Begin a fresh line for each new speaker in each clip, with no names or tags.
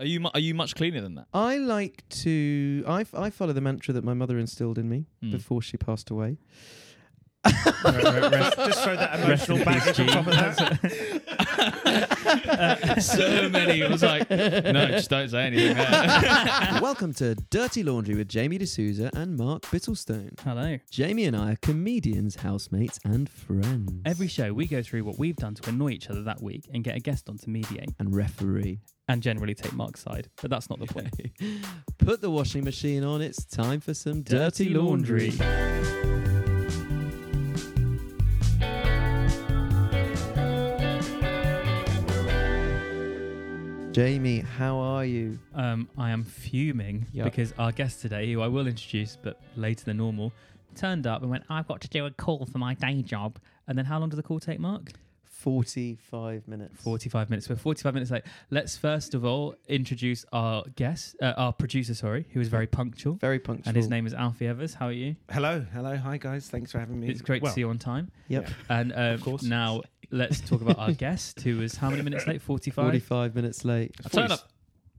Are you mu- are you much cleaner than that?
I like to. I, f- I follow the mantra that my mother instilled in me
Hmm.
before she passed away.
Rest- Just throw that
Rest in
emotional
peace,
baggage on
Gene.
top of that.
so many. It was like, no, just don't say anything. There.
Welcome to Dirty Laundry with Jamie D'Souza and Mark Bittlestone.
Hello.
Jamie and I are comedians, housemates, and friends.
Every show, we go through what we've done to annoy each other that week and get a guest on to mediate
and referee.
and generally take Mark's side. But that's not the point.
Put the washing machine on. It's time for some dirty, laundry. Jamie, how are you?
Um, I am fuming
Yeah.
because our guest today, who I will introduce but later than normal, turned up and went, I've got to do a call for my day job. And then how long did the call take, Mark?
45 minutes.
45 minutes. We're 45 minutes late. Let's first of all introduce our guest, uh, our producer, sorry, who is very punctual.
Very punctual.
And his name is Alfie Evers. How are you?
Hello, hello, hi guys. Thanks for having me.
It's great
Well,
to see you on time.
Yep.
And um,
Of course.
now let's talk about our guest, who was how many minutes late? 45?
45 minutes late.
I turned up.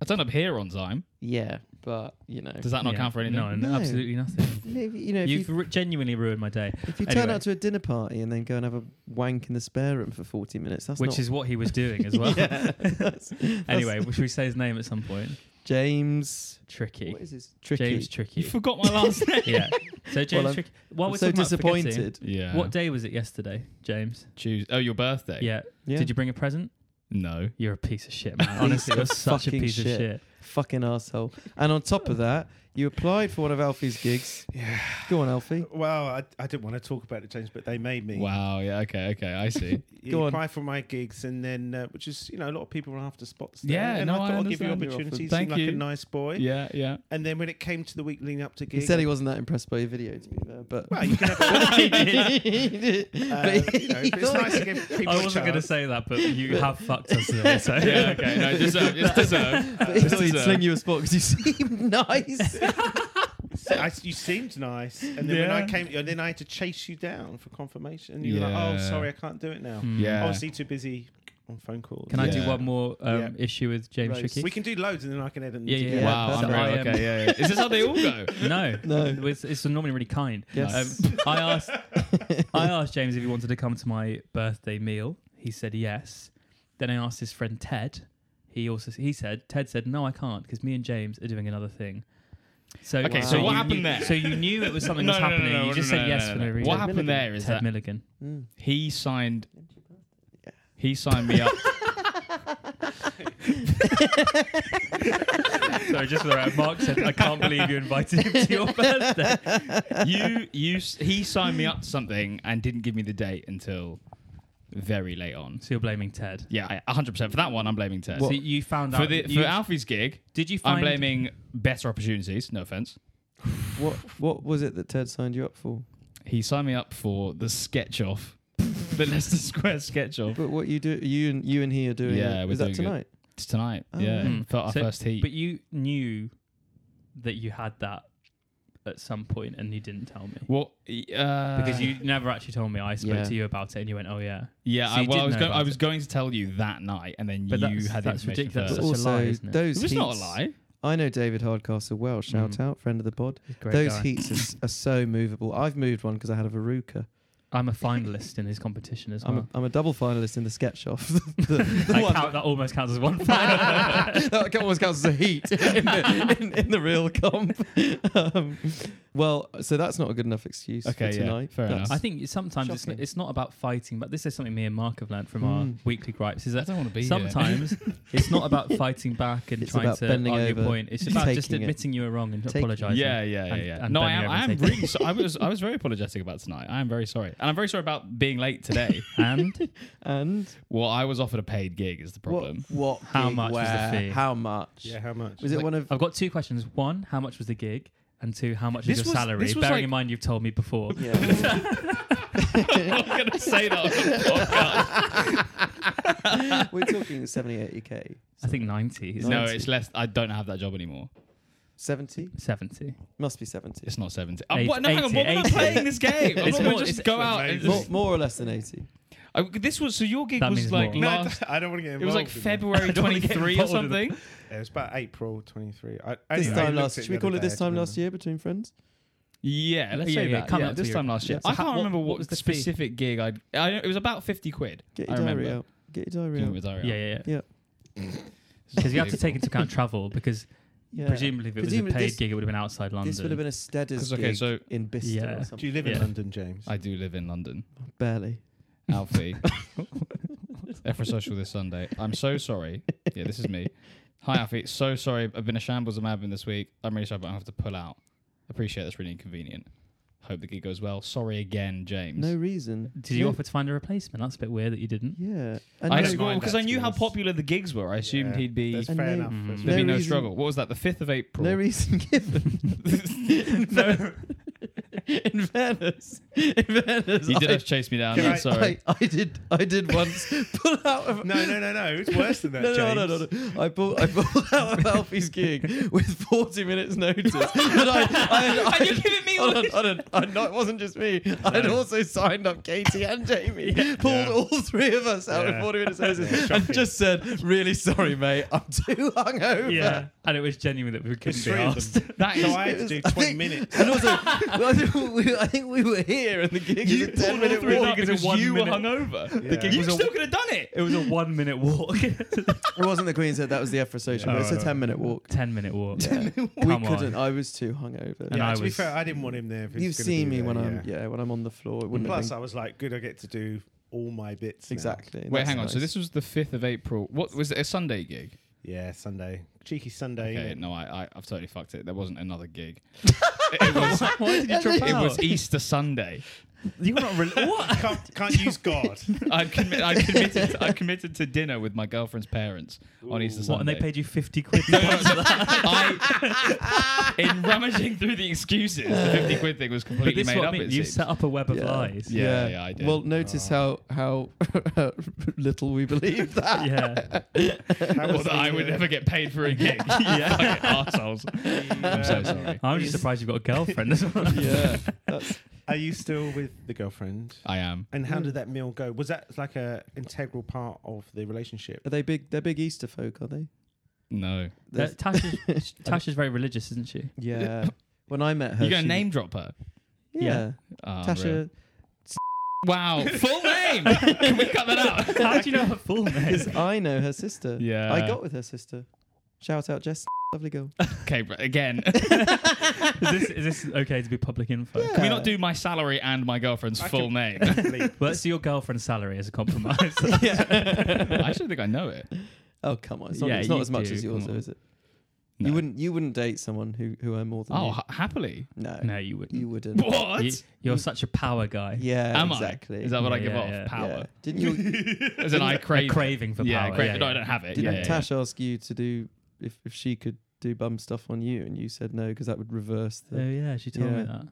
I turned up here on time.
Yeah, but, you know.
Does that not
Yeah.
count for anything?
No, no,
No.
absolutely nothing.
Maybe, you know, if you,
You've ru- genuinely ruined my day,
if you turn
anyway.
out to a dinner party and then go and have a wank in the spare room for 40 minutes, that's
which
not...
is what he was doing as well.
Yeah, that's- that's-
anyway, should we say his name at some point?
James...
Tricky.
What is his? Tricky.
James Tricky.
You forgot my last name.
yeah. So James
I'm-
Tricky. While
I'm
we're
so
talking about forgetting,
disappointed.
Yeah.
What day was it yesterday, James?
Tues- Oh, your birthday.
Yeah.
Yeah.
Did you bring a present?
No.
You're a piece of shit, man. Honestly, you're such a
Fucking
piece of
shit.
shit.
Fucking asshole. And on top of that, you applied for one of Alfie's gigs.
Yeah.
Go on, Alfie.
Well, I, I didn't want to talk about it, James, but they made me.
Wow. Yeah. Okay. Okay. I see.
You
Go on.
apply for my gigs, and then uh, which is you know a lot of people were after spots. There,
Yeah,
and
no,
I thought
I
will give you
understand your
opportunity. You
offer.
seem
Thank
like a
you.
nice boy.
yeah. Yeah.
And then when it came to the week leading up to
He
gigs,
said he wasn't that impressed by your video, to be fair, but...
well, you can have.
He did.
Uh,
But he-
you know, but it's nice to give people
I
a
wasn't going to
chance.
say that, but you have fucked us there. So
Yeah. Okay. No. Deserved. It's deserved.
but he
It's
thought he'd
deserved.
sling you a spot because you seem nice.
I, you seemed nice, and then when
Yeah.
I came, and then I had to chase you down for confirmation, and you were like, "Oh,
Yeah.
sorry, I can't do it now.
Hmm.
Yeah.
Obviously, too busy on phone calls."
Can I do
Yeah.
one more um,
Yeah.
issue with James
Roast.
Tricky?
We can do loads, and then I can edit. them
Yeah, yeah,
together.
Yeah,
wow.
that's
unreal.
all right.
Okay. Yeah, yeah. Is this how they all go?
No,
No.
It's, it's normally really kind.
Yes.
Um, I asked, I asked James if he wanted to come to my birthday meal. He said yes. Then I asked his friend Ted. He also he said Ted said no, I can't because me and James are doing another thing. So
Okay,
Wow. so what
you
happened
knew-
there?
So you knew it was something
No,
was
no, no,
happening.
no,
you
no,
just
no,
said
no,
yes
no,
for
no.
no reason.
What happened there is
Ted
that
Milligan.
Mm.
he signed. He signed me up.
Sorry, just for the record, Mark said I can't believe you invited him to your birthday.
you you s- he signed me up to something and didn't give me the date until very late on.
So you're blaming Ted.
Yeah, I- 100% for that one I'm blaming Tess.
So you found out
For the
that
for
you-
Alfie's gig,
Did you find
I'm blaming better opportunities, no offense.
What What was it that Ted signed you up for?
He signed me up for the sketch off. the Leicester Square sketch off.
But what you do, you and you and he are doing.
Yeah,
it.
we're
was that
doing it.
tonight?
It's tonight.
Oh,
yeah.
Hmm.
For our
So-
first heat.
But you knew that you had that at some point and you didn't tell me.
well, uh,
Because you never actually told me. I spoke
yeah.
to you about it and you went, oh, yeah.
yeah,
so
I,
you
well,
did
I was
know
going, I
about
was
it.
going to tell you that night, and then
But
you
that's-
had the
that's
information
ridiculous.
first.
That's
But
a
also,
lie, isn't it?
those
It was
heats,
not a lie.
I know David Hardcastle well. Shout
Mm.
out, friend of the pod.
Great
those
guy.
heats is, are so movable. I've moved one because I had a Veruca.
I'm a finalist in his competition as
I'm,
well.
a, I'm a double finalist in the sketch off. the, the
I
one-
count, that almost counts as one final.
that almost counts as a heat in the, in, in the real comp. Um, well, so that's not a good enough excuse
Okay,
for
yeah,
tonight.
fair
That's-
enough.
I think sometimes it's,
Shocking.
it's not about fighting, but this is something me and Mark have learned from our
Mm.
weekly gripes is
I
that
don't want to be here.
sometimes it's not about fighting back and
It's
trying
about
to
bending
argue
over,
a point. It's about just
taking it.
admitting you were wrong and
Taking-
apologising.
Yeah, yeah, yeah,
and-
yeah.
and
no, I
bending
am.
over
I
and
am
taking-
really. So, I was. I was very apologetic about tonight. I am very sorry, and I'm very sorry about being late today.
And
And
well, I was offered a paid gig. Is the problem?
What? what
How
gig,
much was the
where,
fee?
How much?
Yeah, how much?
Was it one of?
I've got two questions. One, how much was the gig? And two, how much
This
is your
was-
salary?
this was
Bearing
like-
in mind you've told me before.
Yeah.
I'm going to say that. On the podcast.
We're talking 70, 80k.
I think 90. Is
no,
it?
it's less. I don't have that job anymore.
70?
70.
Must be 70.
It's not seventy. I'm,
Eight-
what, no, hang on.
eighty,
What, we're not
eighty.
playing this game. I'm not
It's
going
more-
to just
it's-
go out. And
More,
just,
more or less than 80.
I, this was so your gig
That
was
means
like
more.
No, I
last.
don't- I don't want to get
It was
involved.
like
in that.
February
I don't wanna get
23 or
involved in that.
something.
Yeah, it was about April 23.
This
I, anyway, I
time
looked
last,
at
should we
the
call
other
it this
day, I
time
don't
last year between friends?
Yeah,
Let's say that.
Come
Yeah,
out this
to
time
your-
last year.
yeah. So
I can't
how- what-
remember
what
what,
was the fee?
specific gig I'd, I. It was about fifty quid.
Get
I
your diary
remember.
out. Get your diary
It
out.
was alright.
Yeah, yeah, yeah.
It's
Because you have to
unbelievable.
take into account travel because
Yeah.
presumably if it
Presumably
was a paid
this-
gig, it would have been outside London.
This would have been a Steaders
'Cause, okay,
gig
so-
in Bicester
Yeah.
or
Do
Do
something.
you live in
Yeah.
London, James?
I do live in London,
Barely.
Alfie. Ever social this Sunday. I'm so sorry. Yeah, this is me. Hi, Alfie. So sorry. I've been a shambles of admin this week. I'm really sorry, but I have to pull out. Appreciate that's really inconvenient. Hope the gig goes well. Sorry again, James.
No reason.
Did you
No-
offer to find a replacement? That's a bit weird that you didn't.
Yeah. And
I because
no-
don't mind that,
I
to
knew
be
how
honest.
popular the gigs were. I assumed
Yeah,
he'd be Mm-hmm.
That's
there'd
And
fair
they-
enough.
Mm.
That's
No
be
fair
no
reason-
struggle. What was that? The fifth of April.
no reason given. in fairness, in fairness,
you did
I-
have to chase me down.
Can
I'm
I-
sorry.
I, I did. I did once pull out of.
No, no, no, no. It's worse than that,
No, no,
James.
no, no, no. I pulled, I pulled out of Alfie's gig with 40 minutes notice. But I, I, I,
And you're giving me
hold
all
on,
this-
hold on. I know it wasn't just me. I'd also signed up Katie and Jamie. Pulled
Yeah.
all three of us out of
Yeah.
40 minutes notice
Yeah,
and
shocking.
just said, really sorry, mate. I'm too hungover.
and it was genuine that we
It's
couldn't be
three of
asked.
them.
That
So
is-
I had to do
I
20
think-
minutes.
And also, I think we- I think we were here and the gig is
You
a
pulled
10
all
minute
three
walk.
up
is a
because
one
you were
minute-
hungover.
Yeah.
You
was a-
still could have done it.
It was a one minute walk.
It wasn't the Queen said that was the F for social. but it's a
Oh.
10 minute walk.
Ten minute walk.
Yeah. we
Come on.
couldn't. I was too hungover.
And
yeah,
I
to be
was-
fair, I didn't want him there. If it's
You've
gonna
seen me
be there,
when
yeah.
I'm yeah when I'm on the floor. It wouldn't
Plus,
have
I was like, good, I get to do all my bits.
been,
now.
exactly.
Wait,
That's
hang on. So
nice.
this was the fifth of April. What was it? A Sunday gig?
Yeah, Sunday. Cheeky Sunday.
Okay,
innit?
no, I, I I've totally fucked it. There wasn't another gig. it, it was
Why did you drop
it
out?
was Easter Sunday.
You're not really. What?
Can't, can't use God.
I commi- I committed I committed to dinner with my girlfriend's parents on Easter Sunday.
What? And they paid you fifty quid.
No, no, no. I, in rummaging through the excuses, the fifty quid thing was
But
completely
this is
made
what I
up.
mean.
it
You
seems.
set up a web of
Yeah.
lies.
Yeah. I did. Oh.
Well, notice how how little we believe that.
Yeah.
That
Or that
was the,
I would
uh,
never get paid for a gig.
Yeah.
Fucking assholes. I'm so
um,
uh,
sorry.
I'm just surprised you've got a girlfriend. That's what I'm-
yeah. That's,
Are you still with the girlfriend?
I am.
And how
Mm.
did that meal go? Was that like a integral part of the relationship?
are they big? They're big Easter folk, are they?
No.
Uh,
They're-
Tash is Tash is very religious, isn't she?
yeah. When I met her,
You're going
she-
to name drop her?
Yeah.
Ah, brilliant.
Tasha
Wow. Full name. Can we cut that out?
How do you know her full name?
is I know her sister.
Yeah.
I got with her sister. Shout out Jess, lovely girl.
Okay, but again,
Is this, is this okay to be public info?
can we not do my salary and my girlfriend's
I
full
can-
name?
Definitely.
Well, let's do your girlfriend's salary as a compromise.
I
yeah.
actually think I know it.
oh come on, it's not,
Yeah,
it's not
you
as much
do,
as yours,
come
though,
on.
is it?
No.
You wouldn't. You wouldn't date someone who who earned more than
Oh,
you.
ha- happily.
No,
No, you wouldn't.
you wouldn't.
What?
You, you're such a power guy.
Yeah,
Am
exactly.
I? Is that what I
Yeah,
give
yeah,
off?
yeah.
Power.
Didn't you? Didn't
As in, I
A
crave.
craving for
yeah,
power.
crave. No, I don't have it. Yeah, yeah,
Tash ask you to do if if she could do bum stuff on you, and you said no because that would reverse
Oh
the
yeah, she told
Yeah.
me that.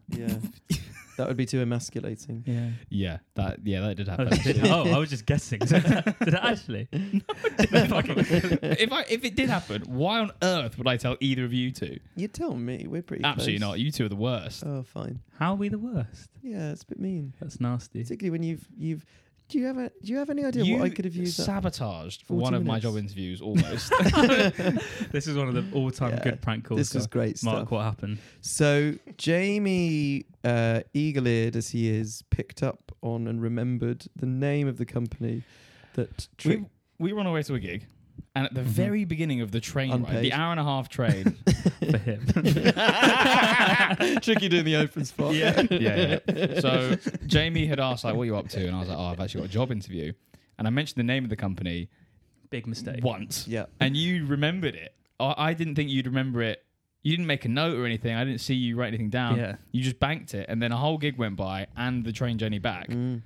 yeah. that would be too emasculating.
Yeah.
yeah. That. Yeah, that did
Oh,
happen.
did-
actually.
oh, I was just guessing. Did it actually?
Fucking- if I if it did happen, why on earth would I tell either of you two?
You tell me, we're pretty
Absolutely
close.
not. You two are the worst.
Oh, fine.
How are we the worst?
Yeah, it's a bit mean,
That's nasty.
particularly when you've you've. Do you have a, Do you have any idea what I could have used? that-
sabotaged
40
one of my
minutes.
job interviews almost.
This is one of the all-time
Yeah.
good prank calls.
this was
guys.
great stuff.
Mark, what happened?
So Jamie, uh, eagle-eared as he is, picked up on and remembered the name of the company that
we,
tri-
we were on our way to a gig, and at the
Mhm.
very beginning of the train ride, the
Unpaid.
hour and a half train,
For him.
tricky doing the open spot.
Yeah.
yeah, yeah. So Jamie had asked like, "What are you up to?" And I was like, "Oh, I've actually got a job interview." And I mentioned the name of the company
Big mistake.
once,
Yeah.
and you remembered it. I, I didn't think you'd remember it. You didn't make a note or anything. I didn't see you write anything down.
Yeah.
You just banked it, and then a whole gig went by and the train journey back.
Mm.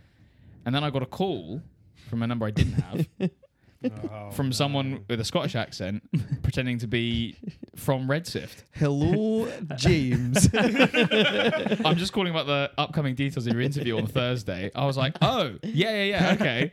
And then I got a call from a number I didn't have
Oh,
from
no.
someone with a Scottish accent pretending to be from Redsift.
Hello, James.
I'm just calling about the upcoming details of your interview on Thursday. I was like, oh, yeah, yeah, yeah, okay.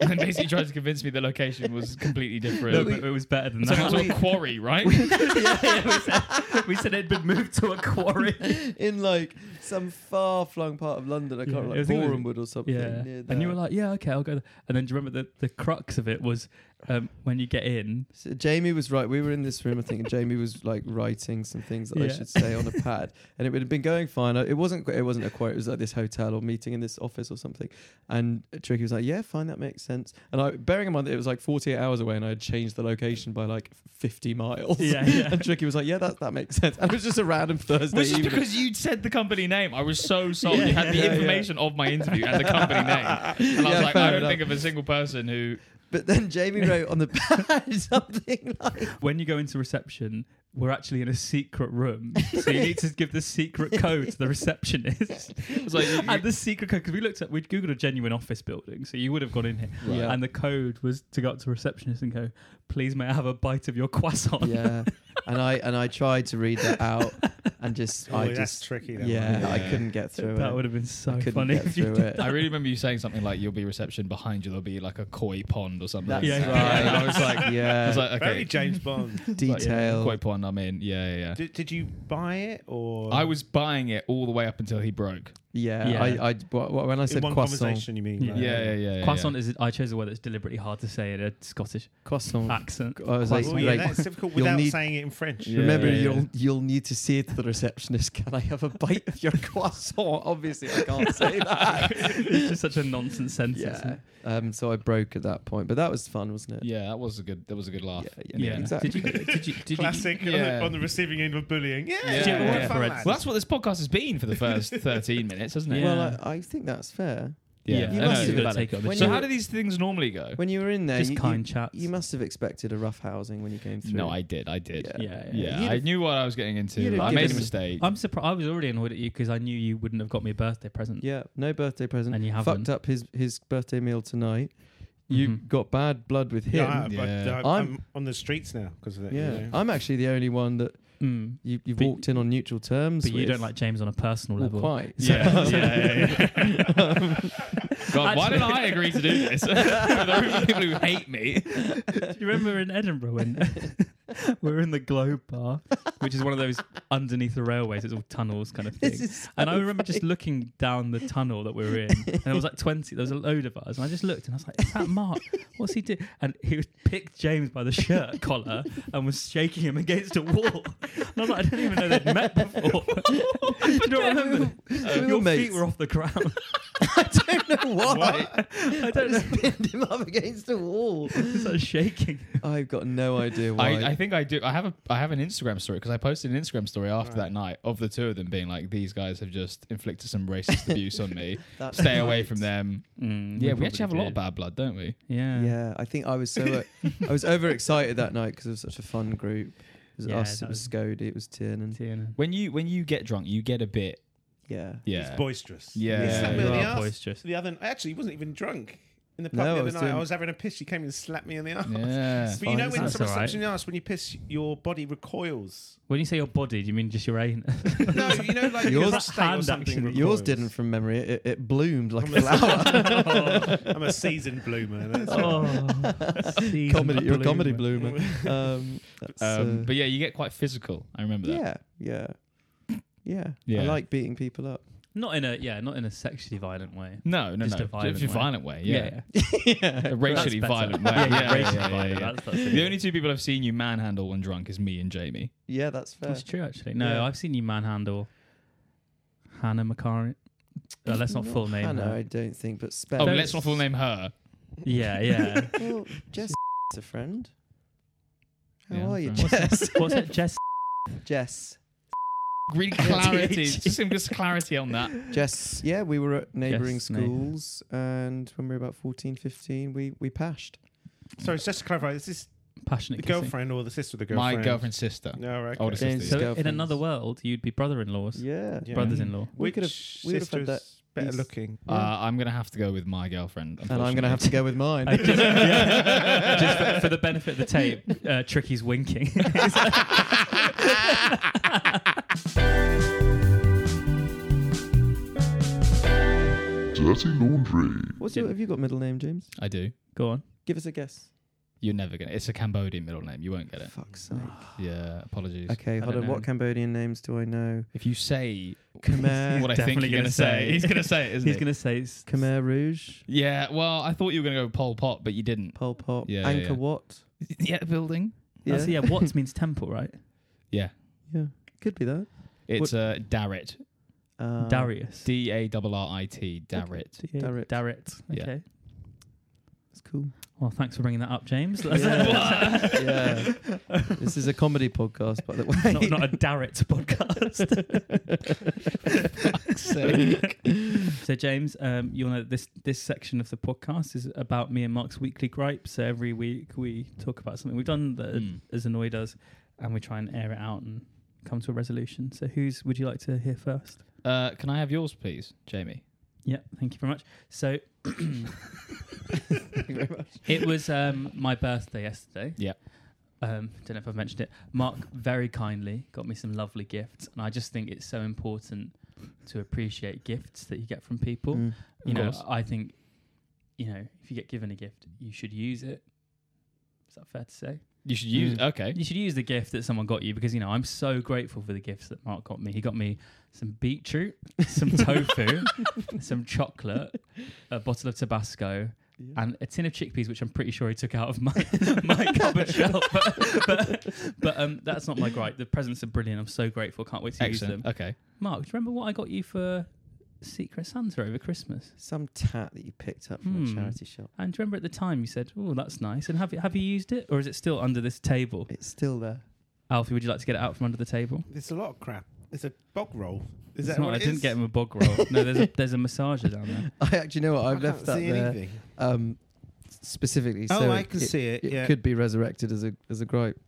and then basically tried to convince me the location was completely
No,
different.
but it was better than
so it was a
that.
quarry, right?
yeah, yeah, we, said, we said it had been moved to a quarry.
in like some far flung part of London. I can't
Yeah,
remember,
I
like
think it was-
Borehamwood or something.
Yeah.
near
And you were
there.
like, yeah, okay, I'll go. There. And then do you remember the, the crux of it was um, when you get in,
So Jamie was right. We were in this room, I think, and Jamie was like writing some things that I
Yeah.
should say on a pad, and it would have been going fine. I- It wasn't. It wasn't a quote. It was like this hotel or meeting in this office or something. And Tricky was like, "Yeah, fine, that makes sense." And I, bearing in mind that it was like 48 hours away, and I had changed the location by like 50 miles.
Yeah, yeah.
and Tricky was like, "Yeah, that that makes sense." And it was just a random Thursday.
Which is
evening.
because you said the company name. I was so sold. you had the
yeah, yeah.
information of my interview and the company name. And I
Yeah,
was like,
fair
I don't
enough.
think of a single person who.
But then Jamie wrote on the pad something like,
when you go into reception, we're actually in a secret room. So you need to give the secret code to the receptionist.
It's like, you-
and the secret code, because we looked at, we'd Googled a genuine office building. So you would have gone in here.
Right. Yeah.
And the code was to go up to a receptionist and go, please may I have a bite of your croissant?
"Yeah," and I and I tried to read that out, and just
Oh,
I
that's
just
tricky.
yeah,
That one.
I
Yeah.
couldn't get through
That
it.
would have been so
eh? I couldn't
funny.
get
if you
through
did
it.
that.
I really remember you saying something like, "You'll be reception behind you. There'll be like a koi pond or something."
That's
Yeah.
right.
And I was like,
yeah,
I was like, okay,
Very James Bond.
Like, yeah,
detail.
koi pond. I'm in. Yeah, yeah. yeah.
did, did you buy it or
I was buying it all the way up until he broke.
yeah,
Yeah.
I, I, wh- wh- when I
in
said
one
croissant,
conversation? You mean
Yeah.
Yeah, yeah, yeah. yeah, yeah.
Croissant is, I chose a word that's deliberately hard to say in a Scottish
croissant.
accent.
I was like,
Oh, yeah,
right,
that's difficult
You'll
without
need-
saying it in French.
Yeah.
remember,
yeah, yeah.
you'll you'll need to say to the receptionist, "Can I have a bite of your croissant?" Obviously, I can't say that.
it's just such a nonsense sentence.
yeah. Um. So I broke at that point, but that was fun, wasn't it?
Yeah, that was a good. That was a good laugh.
Yeah.
Exactly.
Did you, did you, did you-
Classic on the-
Yeah.
on the receiving end of bullying. Yeah,
Yeah,
yeah,
yeah.
fun
Yeah.
lad.
Well, that's what this podcast has been for the first 13 minutes, hasn't it?
Yeah.
Well, I, I think that's fair.
Yeah,
Yeah.
You
I
must
know.
have
gotta
about
take it on the
When
So
chin.
you-
how do these things normally go?
When you were in there,
just
you, you-
kind chats.
you must have expected a rough housing when you came through.
No, I did. I did.
Yeah.
Yeah,
yeah, yeah.
You'd
I
have-
knew what I was getting
you'd
into.
have
I
given
made a
us-
mistake.
I'm surprised. I was already annoyed at you because I knew you wouldn't have got me a birthday present.
Yeah, no birthday present.
And you haven't.
fucked up his his birthday meal tonight. You
Mhm.
got bad blood with him.
Yeah, I-
Yeah.
I,
I'm-
am uh, on the streets now because of that.
yeah,
you know.
I'm actually the only one that
Mm.
you, you've
But-
walked in on neutral terms.
But you
with.
don't like James on a personal
Well,
level.
quite.
Yeah, yeah, yeah, yeah. God, why did I agree to do this? the only people who hate me.
Do you remember in Edinburgh when we were in the Globe Bar, which is one of those underneath the railways, it's all tunnels kind of thing.
This is so
and I remember just
funny.
looking down the tunnel that we were in, and there was like 20, there was a load of us. And I just looked and I was like, is that Mark? What's he doing? And he was- picked James by the shirt collar and was shaking him against a wall. And I was like, I didn't even know they'd met before. Do you not remember?
we were
Uh, Your feet
mates.
were off the ground.
I don't know why.
I
I
don't know.
just pinned him up against a wall.
It's like shaking.
I've got no idea why.
I, I think I do. I have a I have an Instagram story because I posted an Instagram story after that night of the two of them being like, these guys have just inflicted some racist abuse on me.
That's
Stay away
right.
from them.
Mm,
Yeah, we actually have a
probably
lot of
did.
bad blood, don't we?
Yeah.
Yeah, I think I was so I was overexcited that night because it was such a fun group. It was
Yeah,
us,
that
it was
was-
Scody, it was Tiernan.
Tiernan.
When you when you get drunk, you get a bit.
Yeah.
Yeah,
It's boisterous.
Yeah.
He slapped me
you
on the
are
arse
boisterous.
The other, actually, he wasn't even drunk. In the pub
No, I
the other
was
night,
doing-
I was having a piss. He came and slapped me on the arse.
yeah.
But you know
fine,
when
that's
someone
all
slaps
right.
you in the arse, when you piss, your body recoils.
When you say your body, do you mean just your anus?
no, you know, like
Yours-
your prostate or
Hand
something.
action.
recoils.
Yours didn't from memory. It, it, it bloomed like
I'm
a
a-
flower.
I'm a seasoned bloomer. That's all.
seasoned
comedy, you're a
bloomer.
comedy bloomer. Um, that's,
Um,
uh,
but yeah, you get quite physical. I remember that.
yeah, yeah, yeah, I
Yeah.
like beating people up.
Not in a yeah, not in a sexually violent way.
No, no,
Just
no.
a violent
Just a
way.
violent way. Yeah.
yeah,
A racially
That's better.
violent way. Yeah, yeah,
racially
yeah, yeah,
violent.
yeah.
That's, that's it.
The only two people I've seen you manhandle when drunk is me and Jamie.
yeah, that's fair.
That's true, actually. No,
Yeah.
I've seen you manhandle Hannah McCarran. Uh, let's not full name.
I know,
her.
I don't think, but spell.
Oh,
Don't-
let's not full name her.
Yeah, yeah.
Well, Jess is a friend. How
Yeah,
are you,
I'm
What's that-
Jess?
What's that? Jess.
Jess.
Really clarity. just some just clarity on that.
Jess, yeah, we were at neighbouring
Jess, mate.
schools, and when we were about 14, 15, we, we pashed. Oh.
Sorry, just to clarify, is this the
Passionate kissing.
girlfriend or the sister of the girlfriend? Oh,
My girlfriend's sister.
No, right.
Older
James'
sister.
So
girlfriends.
in another world, you'd be brother-in-laws,
Yeah.
Yeah.
brothers-in-law.
We
Which
could've- we would've
sister
had that
is better
piece.
looking?
Uh, I'm gonna have to go with my girlfriend.
And I'm going to have to go with mine.
I just, yeah. Just for, for the benefit of the tape, uh, Tricky's winking.
Dirty Laundry.
What's your, have you got middle name, James?
I do.
Go on.
Give us a guess.
You're never gonna. It's a Cambodian middle name. You won't get it.
Fuck's sake.
Yeah. Apologies.
Okay,
I
hold
don't
on. What
know.
Cambodian names do I know?
If you say
Khmer,
what I think
definitely
you're going to
gonna
say.
say.
He's going to say it, isn't
He's
he?
going to say it's
Khmer Rouge,
Yeah, well, I thought you were going to go Pol Pot, but you didn't.
Pol Pot,
Yeah, yeah,
Angkor
yeah.
Wat.
Yeah, building.
Yeah.
Yeah.
Oh, So yeah, Watts means temple, right?
Yeah.
yeah, could be that.
It's uh, Darit.
Uh,
Darius.
D A R R I T. Darit.
D- Darrit.
Darret.
Yeah.
Okay.
That's cool.
Well, thanks for bringing that up, James. That's
Yeah. yeah. This is a comedy podcast, by the way.
not, not a Darret podcast. so James, um, you want to this this section of the podcast is about me and Mark's weekly gripe. So every week we talk about something we've done that
Mm.
has annoyed us, and we try and air it out and come to a resolution. So whose would you like to hear first?
Uh, can I have yours, please, Jamie?
Yeah, thank you very much. So it was um, my birthday yesterday.
Yeah.
Um, don't know if I've mentioned it. Mark very kindly got me some lovely gifts, and I just think it's so important to appreciate gifts that you get from people.
Mm.
You
Of
know,
course.
I think you know if you get given a gift, you should use it. Is that fair to say?
You should use.
Mm.
Okay.
You should use the gift that someone got you because you know I'm so grateful for the gifts that Mark got me. He got me some beetroot, some tofu, some chocolate, a bottle of Tabasco,
Yeah.
and a tin of chickpeas, which I'm pretty sure he took out of my my cupboard shelf. But but, but um, that's not my gripe. The presents are brilliant. I'm so grateful. Can't wait to use
Excellent.
them.
Okay.
Mark, do you remember what I got you for Secret Santa over Christmas?
Some tat that you picked up from
Hmm.
a charity shop.
And do you remember at the time you said, "Oh, that's nice." And have you have you used it, or is it still under this table?
It's still there.
Alfie, would you like to get it out from under the table?
It's a lot of crap. It's a bog roll. Is
It's
that
not-
what
I
it
didn't
is?
get him a bog roll. no, there's a there's a massager down there.
I actually know what
I
I've left
can't
that
see
there.
anything.
Um, specifically,
Oh,
so
I
it-
can
it,
see it.
it
yeah.
could be resurrected as a as a gripe.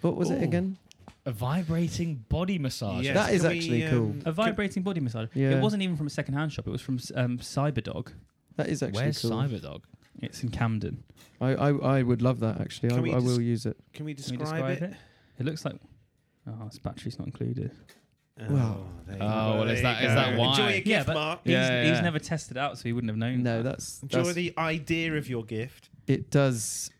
What was it
Ooh.
again?
A vibrating body massage.
Yes.
That is
Can
actually cool.
A vibrating body massage.
Yeah.
It wasn't even from a second-hand shop. It was from um, Cyberdog.
That is actually
Where's
cool.
Cyberdog?
It's in Camden.
I, I I would love that actually. I,
Can we
I will
just-
use it.
Can we
Can we
describe,
describe
it?
it? It looks like. Oh, its battery's not included.
Well.
there you
Oh,
go.
well, is
There
that-
you
is that
go.
why?
Enjoy your gift,
Yeah, but-
Mark.
Yeah,
he's,
yeah,
he's
yeah.
never tested it out, so he wouldn't have known.
No,
that.
that's,
Enjoy
that's
the idea of your gift.
it does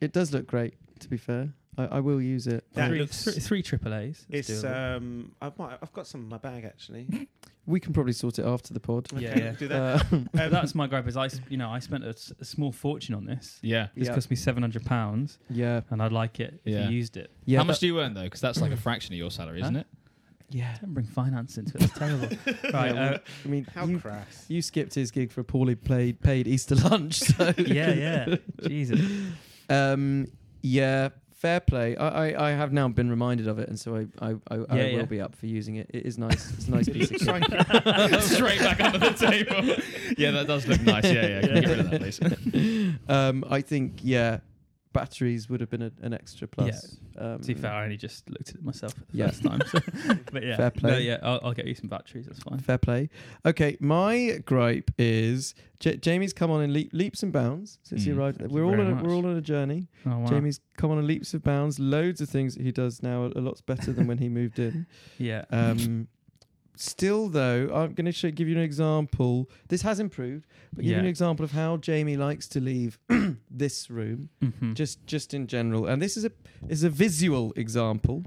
it does look great. To be fair, I, I will use it.
That
three,
looks-
three, three triple A's. That's
it's
doable.
um, I might, I've got some in my bag actually.
We can probably sort it after the pod.
Yeah,
Okay,
yeah.
Do that.
Uh,
But that's my gripe. Is I, s- you know, I spent a, s- a small fortune on this.
Yeah.
This
Yeah.
cost me seven hundred pounds,
yeah,
and I'd like it if
Yeah.
you used it.
yeah.
How much
that-
do you earn though? Because that's like a fraction of your salary, isn't
Huh?
it?
yeah,
Don't bring finance into it. It's terrible. right.
Yeah,
uh,
well, I mean,
How
you,
crass.
you skipped his gig for a poorly played, paid Easter lunch. So
yeah, yeah. Jesus.
um, yeah, fair play. I, I, I have now been reminded of it, and so I, I, I, I
Yeah,
will
yeah.
be up for using it. It is nice. It's a nice
It
piece of
looks
kit.
like
Straight back under the table. yeah, that does look nice. Yeah, yeah. Can we get rid of that, please?
um, I think yeah, batteries would have been a, an extra plus. Um,
To be fair, I only just looked at it myself for the
Yeah.
first time. so- but yeah,
Fair play.
No, yeah, I'll, I'll get you some batteries. That's fine.
Fair play. Okay, my gripe is J- Jamie's come on in leap, leaps and bounds since he
Mm.
arrived.
Thank you
We're all
very
on a,
much.
we're all on a journey.
Oh, wow.
Jamie's come on in leaps and bounds. Loads of things that he does now are a lot better than when he moved in.
Yeah.
Um, still, though, I'm going to sh- give you an example. This has improved, but give
Yeah.
you an example of how Jamie likes to leave this room,
Mhm.
just just in general. And this is a is a visual example.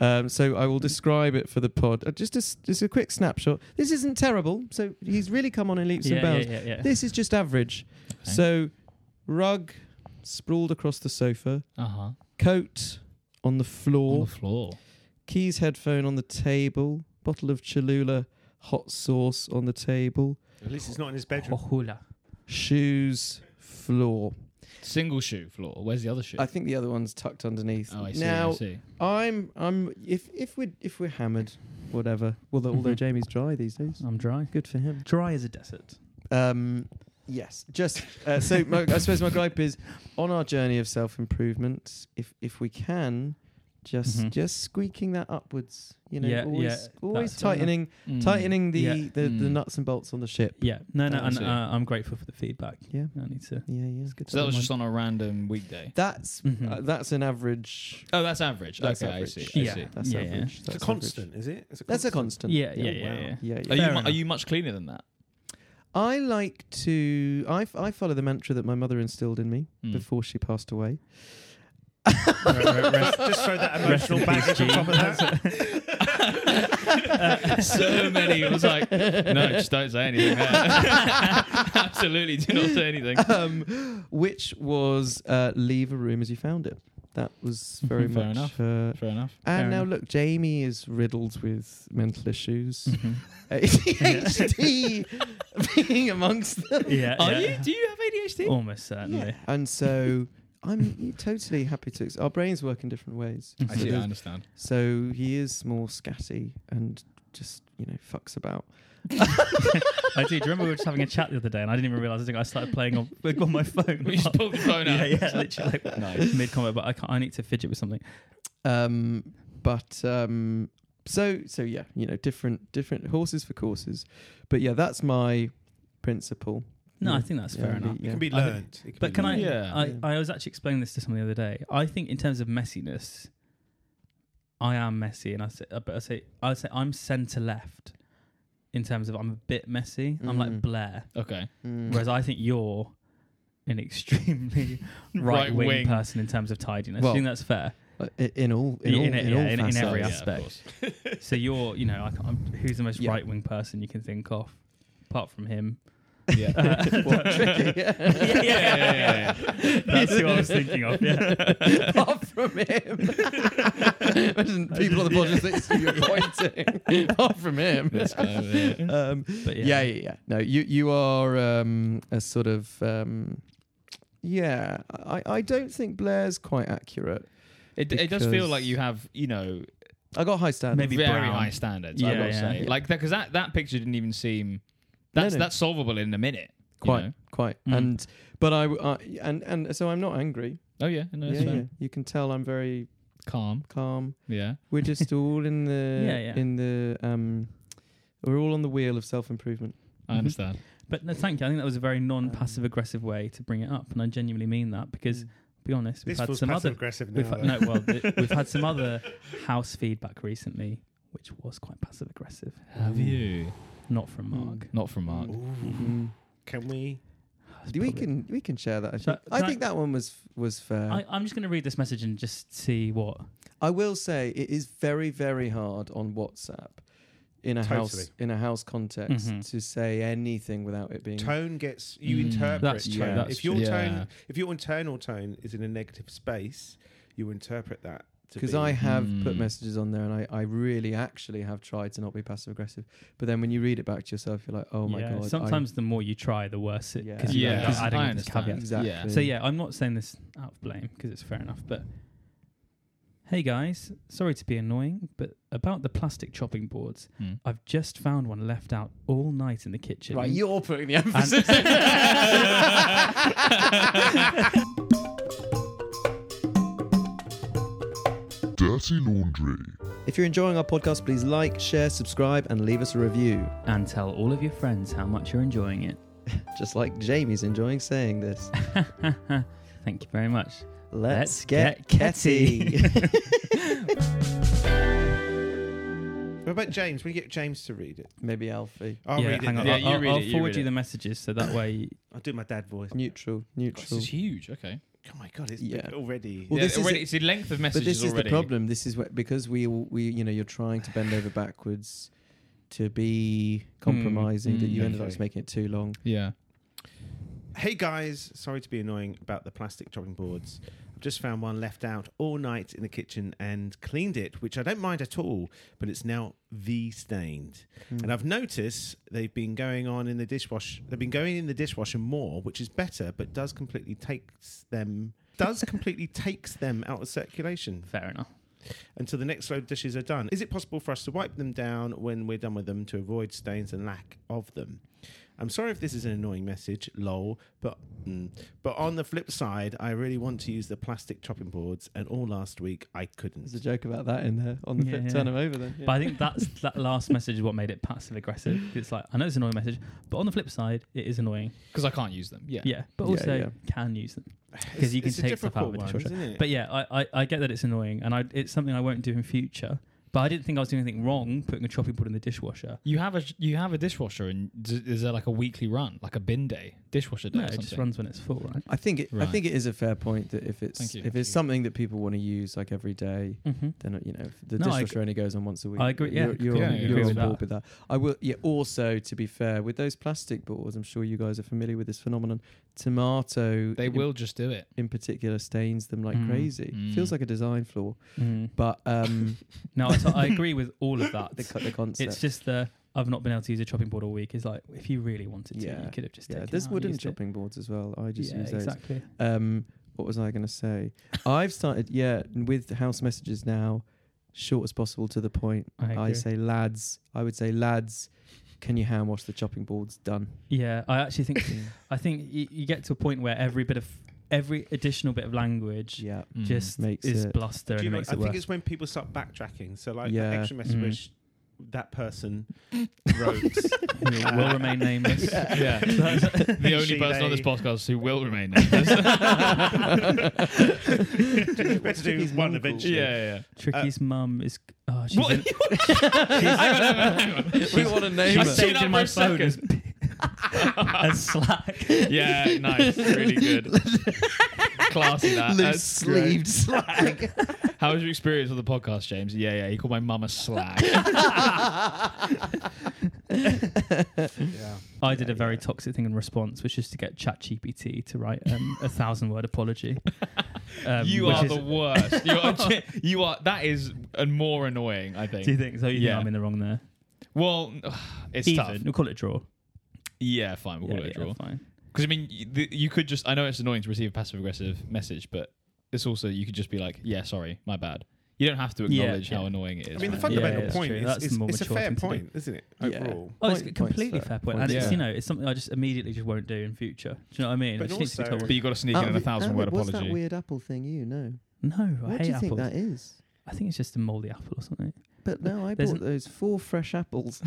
Um, so I will describe it for the pod. Uh, just a s- just a quick snapshot. This isn't terrible. So he's really come on in leaps
yeah,
and bounds.
Yeah, yeah, yeah.
This is just average.
Okay.
So rug sprawled across the sofa,
uh huh.
coat on the floor.
On the floor.
Keys headphone on the table, bottle of Cholula hot sauce on the table,
At least it's not in his bedroom.
Hohula.
shoes, floor.
Single shoe floor. Where's the other shoe?
I think the other one's tucked underneath.
oh, I see. I
now
see.
I'm I'm if if we are if we're hammered, whatever. Although although
Mhm.
Jamie's dry these days,
Oh.
I'm dry.
good for him.
Dry as a desert.
Um, yes, just uh, so my, I suppose my gripe is on our journey of self improvement. If if we can, just
Mm-hmm.
Mhm.
just squeaking that upwards. You know,
Yeah,
always
yeah,
always
that's fair enough.
tightening
Mm.
tightening the,
Yeah.
the, the
Mm.
nuts and bolts on the ship.
Yeah. No, no,
Oh, I
and
see.
uh, I'm grateful for the feedback.
Yeah,
I need to.
yeah, yeah. It's good.
So that was just on a random weekday.
that's
Mhm.
uh, that's an average.
Oh, that's average.
That's
okay,
average.
I see. I
Yeah.
see.
That's
Yeah, yeah.
average.
It's
That's
a
average.
constant, is it? It's a
That's a constant.
Yeah, yeah,
yeah.
wow.
yeah, yeah.
yeah,
Are
yeah.
you,
Fair
mu- are
enough.
you much cleaner than that?
I like to. I, f- I follow the mantra that my mother instilled in me
Mm.
before she passed away.
Re- re- rest-
Just throw that
Rest in
emotional baggage
peace,
on top of that.
so many. It was like, no, just don't say anything. Absolutely, do not say anything.
um, which was uh, leave a room as you found it. That was very
Fair
much.
enough.
Uh,
Fair enough.
and
Mm-hmm. Fair
now
enough.
look, Jamie is riddled with mental issues, ADHD being amongst them.
yeah.
Are
yeah.
you? Do you have ADHD?
Almost certainly.
And so I'm totally happy to. Ex- our brains work in different ways.
I
So
see. I
there's-
understand.
So he is more scatty and just you know fucks about.
I do. Do you remember we were just having a chat the other day and I didn't even realise I think I started playing on, like, on my phone.
We just pulled the phone
yeah,
out.
yeah, literally like
Nice.
mid comment, but I can't, I need to fidget with something.
Um, but um, so so yeah, you know different different horses for courses. But yeah, that's my principle.
No,
Yeah.
I think that's
Yeah,
fair
it'd be-
enough.
yeah.
It can be
I think-
learned. It
But can I,
Yeah.
I? I was actually explaining this to someone the other day. I think in terms of messiness, I am messy, and I say, uh, but I say, I would say I'm centre left. In terms of I'm a bit messy. I'm like
Mhm.
Blair,
Okay.
Mm.
whereas I think you're an extremely right wing
Right-wing.
person in terms of tidiness.
Well,
I think that's fair.
Uh, i- in all in
Yeah,
all
in it,
in
yeah,
all
in- in
Yeah,
facets.
every
of
aspect.
course.
So you're, you know, I can't, I'm- who's the most
Yeah.
right wing person you can think of, apart from him?
Yeah.
What, tricky?
yeah,
yeah,
yeah,
That's who I was thinking of. Yeah.
Apart from him, Imagine people on the podcast next to you pointing. Apart from him,
This guy over here.
um,
But
yeah. yeah,
yeah.
yeah, No, you you are um, a sort of um, yeah. I, I don't think Blair's quite accurate.
It, it does feel
Because-
like you have, you know,
I got high standards.
Maybe
very
brown.
high standards. I
Yeah,
will
yeah.
say,
Yeah.
like that, because that, that picture didn't even seem
No,
that's
no.
that's solvable in a minute. you
quite
know?
quite.
Mm.
And but I uh, and and so I'm not angry.
Oh yeah, no,
yeah,
it's fine.
yeah. You can tell I'm very
Calm.
calm.
Yeah.
We're just all in the
Yeah, yeah.
in the um, we're all on the wheel of self improvement.
I understand.
But no, thank you. I think that was a very non
Um,
passive aggressive way to bring it up. And I genuinely mean that because,
Mm.
to be honest, we've
This
had
feels
some
passive
other.
aggressive now.
We've,
though.
had- no, well, th- we've had some other house feedback recently, which was quite passive aggressive.
Have you?
Not from
Mm.
Mark.
Not from Mark.
Um, Ooh.
Mm.
Can we?
That's
We
probably-
can we can share that. I
So-
think, I
can I-
think that one was was fair.
I, I'm just going to read this message and just see what.
I will say it is very, very hard on WhatsApp in a house
Totally.
in a house context
Mhm.
to say anything without it being.
Tone gets you
Mm,
interpret
that's
true,
tone.
that's
if your
true. Yeah.
tone, if your internal tone is in a negative space, you interpret that. to
Because I
be-
have put
Mm.
messages on there, and I, I really actually have tried to not be passive aggressive. But then when you read it back to yourself, you're like, oh my
Yeah,
god. I-
Sometimes the more you try, the worse it.
Yeah.
Because
yeah,
you're
I
Yeah,
adding all these
understand.
caveats.
Exactly.
Yeah.
So yeah, I'm not saying this out of blame because it's fair enough, but hey guys, sorry to be annoying, but about the plastic chopping boards,
Hmm.
I've just found one left out all night in the kitchen.
right, you're putting the
And-
emphasis.
Dirty Laundry.
if you're enjoying our podcast, please like, share, subscribe, and leave us a review.
and tell all of your friends how much you're enjoying it.
Just like Jamie's enjoying saying this.
Thank you very much.
Let's,
Let's
get,
get
Ketty.
What about James? We get James to read it.
Maybe Alfie.
I'll
yeah,
read it.
hang on.
then.
Yeah,
I'll,
you
I'll-
read
I'll
it, you
forward
read
you
it.
the messages so that way.
I'll do my dad voice.
Neutral,
This
neutral.
is huge. Okay.
Oh my god, it's
Yeah.
big already.
Well,
yeah,
this is
already,
it-
it's the length of
But
messages
this is
already.
the problem. This is what, because we all- we you know you're trying to bend over backwards to
Hmm.
be compromising that you
mm,
ended up
okay.
just making it too long.
Yeah.
Hey guys, sorry to be annoying about the plastic chopping boards. I've just found one left out all night in the kitchen and cleaned it, which I don't mind at all, but it's now V stained. And I've noticed they've been going on in the dishwasher. They've been going in the dishwasher more, which is better, but does completely takes them does completely takes them out of circulation
Fair enough.
until the next load of dishes are done. Is it possible for us to wipe them down when we're done with them to avoid stains and lack of them? I'm sorry if this is an annoying message, lol, but mm, but on the flip side, I really want to use the plastic chopping boards, and all last week I couldn't.
There's a joke about that in there on the
Yeah,
flip,
yeah.
turn them over then.
But I think that's that last message is what made it passive aggressive. It's like I know it's an annoying message, but on the flip side, it is annoying.
Because I can't use them. Yeah.
Yeah, but
Yeah,
also
yeah.
can use them.
It's-
'Cause you can
it's a
take stuff out
difficult
with the
one,
dishwasher.
isn't it?
But yeah, I, I, I get that it's annoying, and I, it's something I won't do in future. But I didn't think I was doing anything wrong putting a chopping board in the dishwasher.
You have a you have a dishwasher, and d- is there like a weekly run, like a bin day, dishwasher day?
No,
or
it
something?
just runs when it's full, right?
I think it,
Right.
I think it is a fair point that if it's
Thank you.
if it's something that people want to use like every day,
Mm-hmm.
then you know if the
No, I
dishwasher only goes on once a week.
I agree, yeah,
you're, you're,
yeah,
on-
yeah,
you're
agree
on
with
board
that.
with that. I will. Yeah. Also, to be fair, with those plastic boards, I'm sure you guys are familiar with this phenomenon. Tomato,
They
in-
will just do it.
in particular, stains them like
Mm.
crazy.
Mm.
Feels like a design flaw,
Mm.
but um,
No, I, t- I agree with all of that.
the, co- the concept.
It's just the I've not been able to use a chopping board all week. Is like if you really wanted to,
Yeah.
you could have just
yeah,
taken
there's
it out and
wooden
used it.
chopping boards as well. I just
yeah,
use those.
exactly.
Um, what was I going to say? I've started, yeah, with house messages now, short as possible to the point.
I agree.
I say, lads, I would say, lads, can you hand wash the chopping boards? Done.
yeah, I actually think I think you, you get to a point where every bit of every additional bit of language
Yeah.
Mm.
just
Makes
is
it-
bluster
Do you
and
know,
makes
I
it
think
worse.
it's when people start backtracking. So like
Yeah.
that extra message
Mhm.
which that person wrote.
Who will remain nameless.
Yeah. the
The
only
She,
person on this
they-
podcast who will remain nameless.
Better do one eventually.
yeah,
Tricky's mum is. Oh, she's
Uh, What?
in-
yeah. hang on, hang on, hang on.
We want to name
I
She's
saved
up
in
for
my
a
phone as, as Slack.
Yeah, nice, really good, classy. That
Loose
That's great.
sleeved slag.
How was your experience with the podcast, James? Yeah, yeah. He called my mum a slag.
yeah.
I did a very
yeah.
toxic thing in response, which is to get ChatGPT to write um, a thousand word apology. Um,
you
which
are
is-
the worst. You are, you are. That is uh, more annoying. I think.
Do you think so? Oh, You
Yeah.
think I'm in the wrong there?
well, it's
Even.
tough.
We'll call it a draw.
Yeah, fine. We'll
Yeah,
call it a
yeah,
draw.
fine.
Because I mean, y- the- you could just. I know it's annoying to receive a passive aggressive message, but it's also you could just be like, "Yeah, sorry, my bad." You don't have to
Yeah,
acknowledge how
yeah.
annoying it is.
I mean, the
right?
fun-
fundamental
yeah, that's
point
true.
is,
That's
is
more
it's a
mature
fair
thing to do.
point, isn't it?
Yeah.
Overall.
Oh, it's a
Point-
completely
point's fair.
fair point. and
Point's
it's
fair.
you know it's something I just immediately just won't do in future. Do you know what I mean?
But
it just needs to be
also-
told.
but you got to
Oh,
sneak in a thousand word
what's
apology.
that weird apple thing you know?
No,
What
I
do
hate
you think
apples.
that is?
I think it's just a moldy apple or something.
But no, I
There's
bought
an-
those four fresh apples.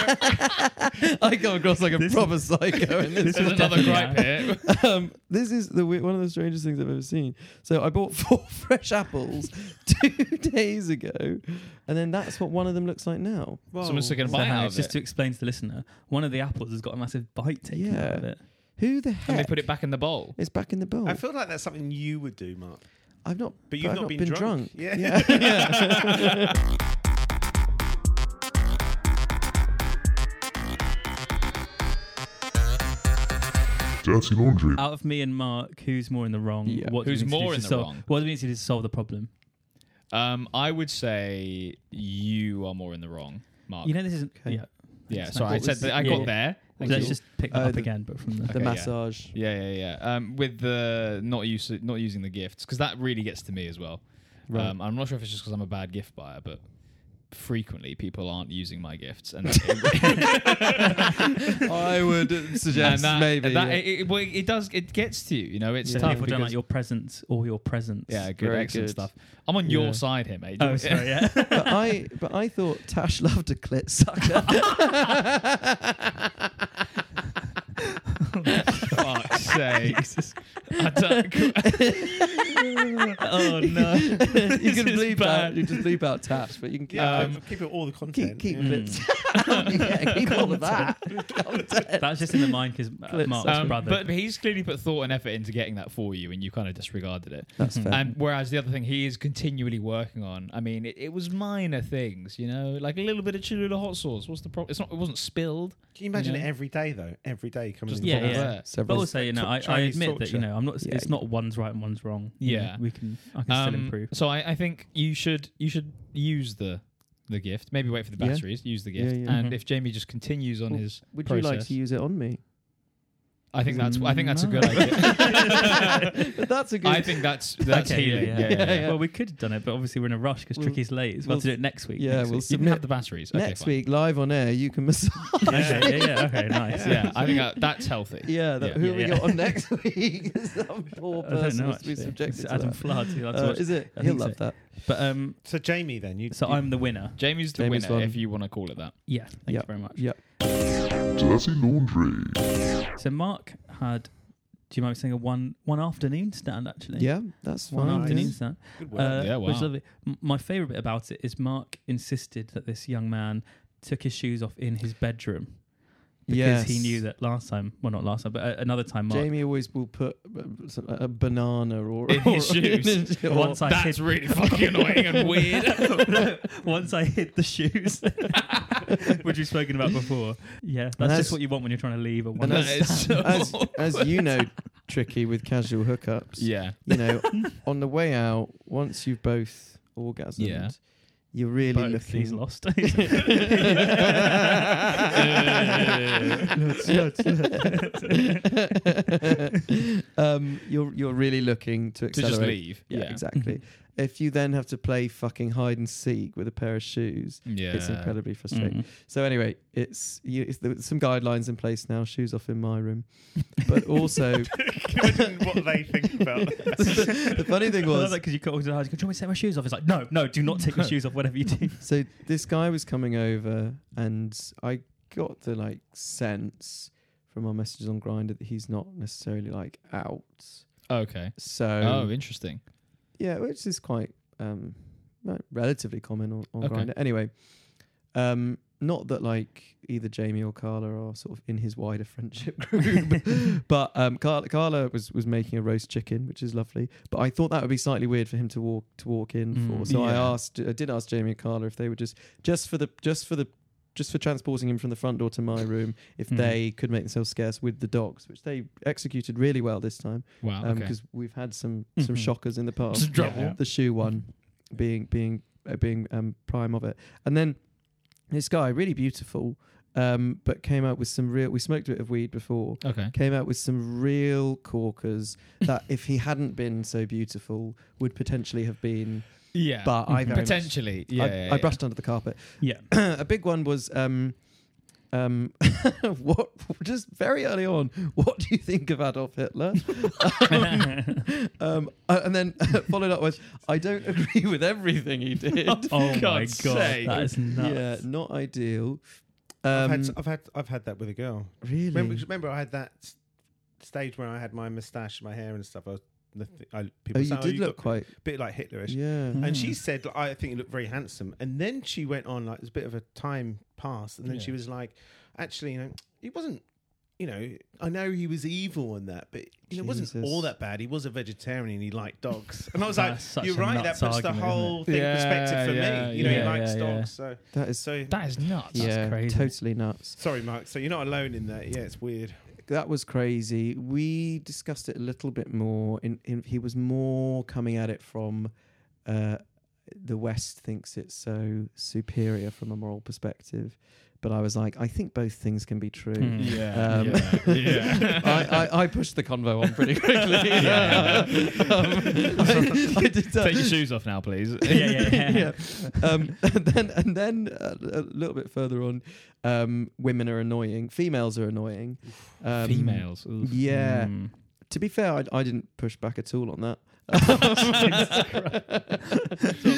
I come across like a proper psycho in this.
There's another gripe here.
um, this is the we- one of the strangest things I've ever seen. So I bought four fresh apples two days ago, and then that's what one of them looks like now.
Someone's taking a
So
bite
hang on,
out
it's
of
just
it,
to explain to the listener, one of the apples has got a massive bite taken out of
Yeah.
it.
Who the
and they
heck
put it back in the bowl.
is back in the bowl?
I
i
feel like that's something you would do, Mark.
I've not,
But you've
Oh. I've
not
not
been
been,
drunk.
drunk.
Yeah.
Yeah.
Dirty Laundry.
Out of me and Mark, who's more in the wrong?
Yeah.
What do we
Who's
need to do
more
to
in the
solve-
wrong?
What do we need to do to solve the problem?
Um, I would say you are more in the wrong, Mark.
You know, this isn't.
Okay.
Yeah.
yeah,
Thanks,
sorry,
mate.
I said that I
Yeah,
got
yeah.
there. Thank
Let's
you.
just pick that
Uh,
up
the-
again, but from
the
the.
Okay, yeah.
massage.
Yeah, yeah, yeah. Um, with the not use not using the gifts because that really gets to me as well.
Right.
Um, I'm not sure if it's just because I'm a bad gift buyer, but frequently people aren't using my gifts, and that-
I would
and
suggest
that,
maybe.
that,
yeah.
it, it, well, it does it gets to you. You know, it's
Yeah.
tough.
People don't like
because-
your presence or your presence.
yeah, good,
Very
excellent
good.
stuff. I'm on
Yeah.
your side here, mate.
Oh, sorry. Yeah.
but I, but I thought Tash loved a clit sucker.
Fuck's sake. I don't-
oh no.
you
This
can
is
bleep
bad.
out, you can bleep out Tash, but you can keep
Yeah,
Um,
keep- keep it all the
keep
content.
keep
yeah.
it. yeah, keep all of that. Content.
That's just in the mind because uh,
Clips.
Mark's
Um,
brother.
but he's clearly put thought and effort into getting that for you, and you kind of disregarded it.
That's fair.
And whereas the other thing he is continually working on, I mean, it, it was minor things, you know, like a little bit of Cholula hot sauce. What's the problem? It's not. It wasn't spilled.
Can you imagine
Yeah.
it every day though? Every day coming.
Just
in
the
yeah,
problem
yeah.
there.
But
Several.
also, you know,
Tor-
I, I
Chinese
admit that you
torture.
know I'm not.
Yeah,
it's
yeah.
not one's right and one's wrong. You know,
Yeah.
we can. I can still
Um,
improve.
So I, I think you should you should use the the gift. Maybe wait for the
Yeah.
batteries. Use the gift,
Yeah, yeah.
and
Mhm.
if Jamie just continues on
Well,
his,
Would
process,
you like to use it on me?
I think that's I think that's a good
No.
idea.
but that's a good.
I think that's that's
Okay, yeah,
healing.
yeah.
Yeah, yeah, yeah.
Well, we could have done it, but obviously we're in a rush because
We'll-
Tricky's late. He's about
we'll-
to do it next week.
yeah,
next
we'll
week.
You didn't have
submit
the batteries. Okay,
next
fine.
week live on air. You can massage.
okay, yeah, yeah, okay, nice.
Yeah,
Yeah.
I think that, that's healthy.
Yeah, that,
Yeah.
who
Yeah,
have we
yeah.
got on next week? Some poor
I don't
person
know.
has to
Actually.
be subjected
It's
to
Adam
that.
Flood. He'll have to
Uh,
watch-
is it?
I
He'll
think
love
so.
that.
But um,
So Jamie, then you.
so
you-
I'm the winner.
Jamie's the
Jamie's
winner,
won.
if you want to call it that.
Yeah. Thank
Yeah.
you very much.
Yeah.
Dirty Laundry.
So Mark had Do you mind me saying a one one afternoon stand actually?
Yeah, that's
One
fine.
afternoon
yeah.
stand.
Good work.
Uh,
Yeah,
which
wow.
is lovely. M- my favourite bit about it is Mark insisted that this young man took his shoes off in his bedroom because he
Yes.
knew that last time, well, not last time, but uh, another time, Mark.
Jamie always will put uh, some- a banana or
In his
or-
shoes.
in his- or-
Once I hid
That's really fucking annoying and weird.
Once I hid the shoes, which we've spoken about before. Yeah, that's,
that's-
just what you want when you're trying to leave at one.
and
that is
as,
so
as, as you know, tricky with casual hookups.
yeah.
You know, on the way out, once you've both orgasmed,
Yeah.
you're really
Both,
looking.
He's lost.
um, you're you're really looking
To
to accelerate.
just leave.
Yeah, exactly. if you then have to play fucking hide and seek with a pair of shoes,
Yeah. Mm-hmm.
it's incredibly frustrating.
Mm.
So anyway, it's, you, it's there's some guidelines in place now. Shoes off in my room, but also
Imagine what they think about that.
the, the funny thing
I love
was,
that because you go to the house, you go, do you want me to take my shoes off? It's like, no, no, do not take your shoes off, whatever you do.
so this guy was coming over, and I got the like sense from our messages on Grinder that he's not necessarily like out.
Okay.
So
Oh, interesting.
Yeah, which is quite um, no, relatively common on, on
Okay.
Grinder. Anyway, um, not that like either Jamie or Carla are sort of in his wider friendship group, but um, Carla, Carla was was making a roast chicken, which is lovely. But I thought that would be slightly weird for him to walk to walk in for.
Mm.
So I
Yeah.
asked, I did ask Jamie and Carla if they would just just for the just for the just for transporting him from the front door to my room, if
Hmm.
Mhm.
they could make themselves scarce with the dogs, which they executed really well this time
Wow. okay.
because Um,
Mm-hmm.
we've had some some
Mhm.
shockers in the past.
Some trouble.
The shoe one being being uh, being um, prime of it, and then this guy really beautiful, um, but came out with some real. We smoked a bit of weed before.
Okay.
Came out with some real corkers that, if he hadn't been so beautiful, would potentially have been.
Yeah.
But I very much-
potentially. Yeah.
I,
yeah,
I
yeah.
brushed under the carpet.
Yeah.
a big one was um, um, what just very early on. What do you think of Adolf Hitler? Um, uh, and then followed up with, I don't agree with everything he did.
oh my god,
God's sake.
that is nuts.
yeah, not ideal.
I've,
Um,
had, I've had I've had that with a girl. Remember,
really?
remember I had that s- stage where I had my moustache, my hair, and stuff. I was nothing. I,
Oh,
people
you
say,
did look
got
quite.
a bit like Hitlerish.
Yeah.
And she
Mm.
said, like, I think you look very handsome. And then she went on, like, there's a bit of a time passed. And then she
Yeah.
was like, actually, you know, he wasn't, you know, I know he was evil and that, but, you know, it wasn't
Jesus.
all that bad. He was a vegetarian and he liked dogs. And I was
That's
like,
such
you're
a
right. That
nuts
puts the
argument, isn't it?
whole thing
Yeah,
in perspective for
yeah,
me. You know,
yeah,
he likes
yeah, yeah.
dogs. So,
That is.
so
That is nuts.
yeah,
crazy.
totally nuts.
sorry, Mark. So you're not alone in that. Yeah, it's weird.
That was crazy. We discussed it a little bit more. In, in he was more coming at it from, uh, the West thinks it's so superior from a moral perspective, but I was like, I think both things can be true.
Mm.
Yeah.
Um,
yeah. yeah.
I, I, I pushed the convo on pretty quickly.
Yeah.
Um, I, I did that.
Take your shoes off now, please.
yeah, yeah, yeah.
yeah. Um, and then, and then uh, a little bit further on, um, women are annoying. Females are annoying. Um,
Females. Oof.
Yeah.
Mm.
To be fair, I, I didn't push back at all on that.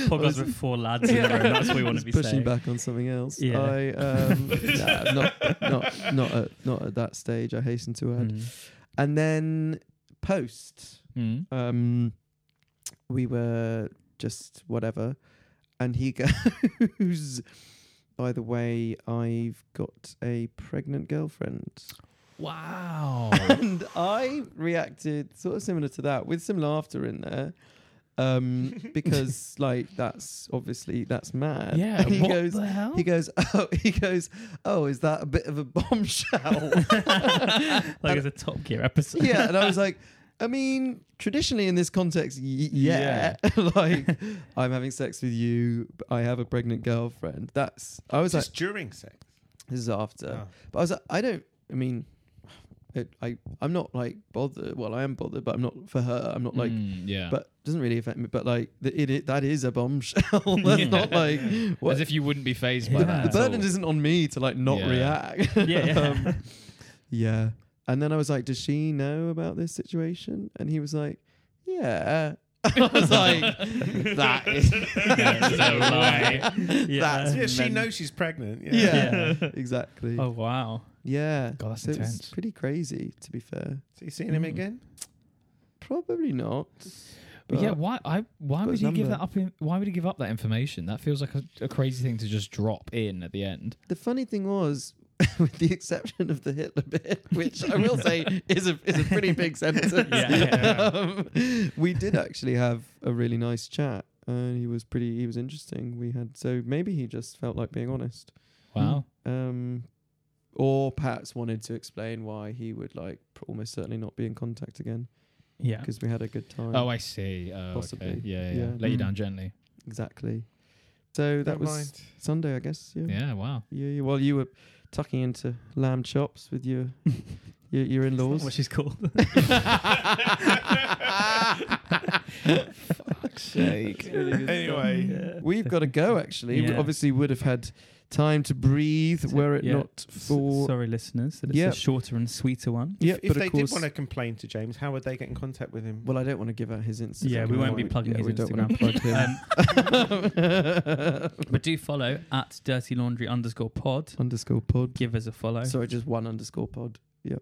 Podcast with four lads in the room. That's what we want
Just
to be
pushing
saying.
back on something else.
Yeah.
I um, nah, not not not at, not at that stage. I hasten to add.
Mm.
And then post.
Mm.
um, we were just whatever. And he goes, by the way, I've got a pregnant girlfriend.
Wow.
And I reacted sort of similar to that with some laughter in there. Um, because like that's obviously that's mad.
yeah.
And he
what
goes,
the hell?
he goes, oh, he goes, oh, is that a bit of a bombshell?
like it's a Top Gear episode.
yeah, and I was like, I mean, traditionally in this context, y- yeah, like I'm having sex with you, but I have a pregnant girlfriend. That's I was
Just during sex.
like, this is after,
Oh.
but I was like, I don't. I mean, it, I I'm not like bothered. Well, I am bothered, but I'm not for her. I'm not like.
Mm, yeah.
Hmm, But doesn't really affect me. But like, the, it, it that is a bombshell. That's
Yeah.
not like what,
As if you wouldn't be phased by
Yeah.
that.
the
at all.
burden isn't on me to like not
Yeah.
react.
Yeah, yeah.
Um, yeah. And then I was like, "Does she know about this situation?" And he was like, "Yeah." I was like, that is
no way. Yeah.
That's-
Yeah, she
Men-
knows she's pregnant. Yeah.
yeah, exactly.
Oh wow.
Yeah,
God, that's
So it's
intense.
pretty crazy, to be fair.
So you seeing him
Mm.
again?
Probably not.
But yeah, why? I why
got
would
his
he give
number.
that up? In, why would he give up that information? That feels like a, a crazy thing to just drop in at the end.
The funny thing was, with the exception of the Hitler bit, which I will say is a is a pretty big sentence.
Yeah, yeah.
Um, we did actually have a really nice chat, and he was pretty. He was interesting. We had so maybe he just felt like being honest,
Wow.
um, or perhaps wanted to explain why he would like pr- almost certainly not be in contact again
Yeah.
because we had a good time.
Oh, I see. Oh, okay.
Possibly.
Yeah, yeah.
Yeah. Hmm.
Let you
Mm.
down gently.
exactly. So that
Don't
was
mind.
Sunday, I guess.
Yeah. Wow.
Yeah, yeah. Well, you were tucking into lamb chops with your your, your in
That's not what
laws.
she's called.
Shake. anyway,
We've got to go. Actually, we
Yeah.
obviously would have had time to breathe were it
yeah.
not for.
Sorry, listeners, that it's
Yep.
a shorter and sweeter one.
yeah,
if
but
they
of course.
did want to complain to James, how would they get in contact with him?
well, I don't want to give out his Instagram.
Yeah, we won't be plugging
yeah,
his
we don't want to
Instagram.
plug him.
Um, but do follow at Dirty Laundry underscore pod.
underscore pod.
Give us a follow.
Sorry, just one underscore pod.
Yeah,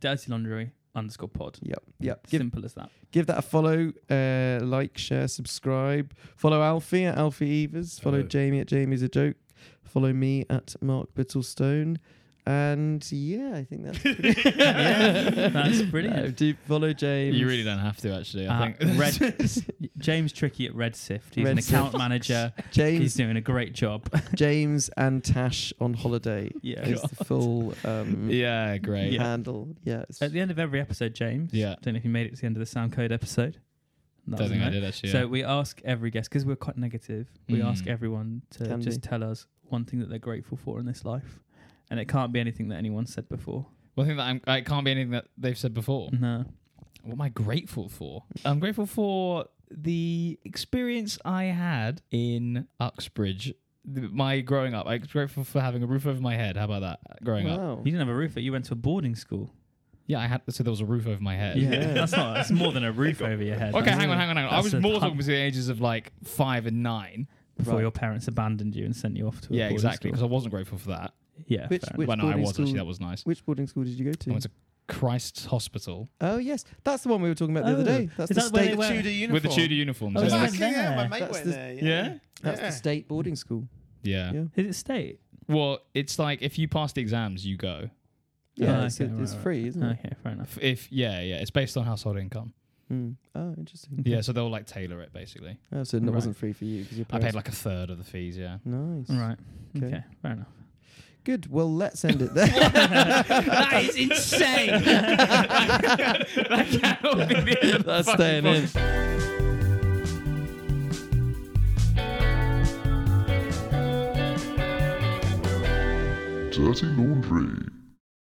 Dirty Laundry underscore pod.
Yep, yep. Give
Simple as that.
give that a follow, uh, like, share, subscribe. Follow Alfie at Alfie Evers. Follow
Hello.
Jamie at Jamie's a joke. Follow me at Mark Bittlestone. And yeah, I think that's pretty
That's brilliant.
No, do follow James.
You really don't have to actually. I
Uh,
think
Red, James Tricky at Red Sift. He's
Red
an account
Sift.
manager. He's
James,
doing a great job.
James and Tash on holiday
Yeah.
is the full um,
yeah. Great.
Yeah.
handle. Yeah, it's
At the end of every episode, James.
Yeah.
Don't know if you made it to the end of the sound code episode. That
Don't
was
think I
nice.
did actually.
So
yeah.
we ask every guest because we're quite negative. We ask
Mm.
everyone to
Can
just
be.
tell us one thing that they're grateful for in this life, and it can't be anything that anyone said before.
One thing that I'm, uh, it can't be anything that they've said before.
No,
What am I grateful for? I'm grateful for the experience I had in Uxbridge. Th- My growing up, I'm grateful for having a roof over my head. How about that? Growing up,
wow.
you didn't have a roof. but You went to a boarding school.
yeah, I had. So there was a roof over my head.
Yeah.
that's not. That's more than a roof over your head.
Okay,
That's-
hang on, hang on, hang on. I
That's
was
a
more talking
hump.
between the ages of like five and nine.
Before
Right.
your parents abandoned you and sent you off to a
yeah,
boarding
exactly. Because
school.
I wasn't grateful for that.
Yeah,
Which-
fair
which-
enough.
Well, no, I
boarding
was actually.
school-
That was nice.
Which boarding school did you go
I
to?
went to Christ's Hospital
Oh yes, that's the one we were talking about the
Oh.
other day. That's
Is
the
that where
state.
they were-
Tudor uniform.
with the Tudor uniforms.
Oh,
yeah.
is that-
Fucking hell, my
there.
mate
That's
went
the-
there.
Yeah?
That's
Yeah.
the state boarding school.
yeah.
Yeah.
Is it state?
Well, it's like if you pass the exams, you go.
Yeah,
Oh,
it's,
okay, right,
it's
right.
free, isn't it?
Okay, fair enough.
If, if yeah, yeah, it's based on household income.
Mm. Oh, interesting.
Yeah, so they'll like tailor it basically.
Oh, so it
Right.
wasn't free for you because your
I
parents.
paid like a third of the fees. Yeah.
nice.
Right.
Okay.
Okay. Fair enough.
Good. Well, let's end it there.
that is insane.
that cannot be the end of the
That's
fucking
staying in.
podcast.
Dirty Laundry.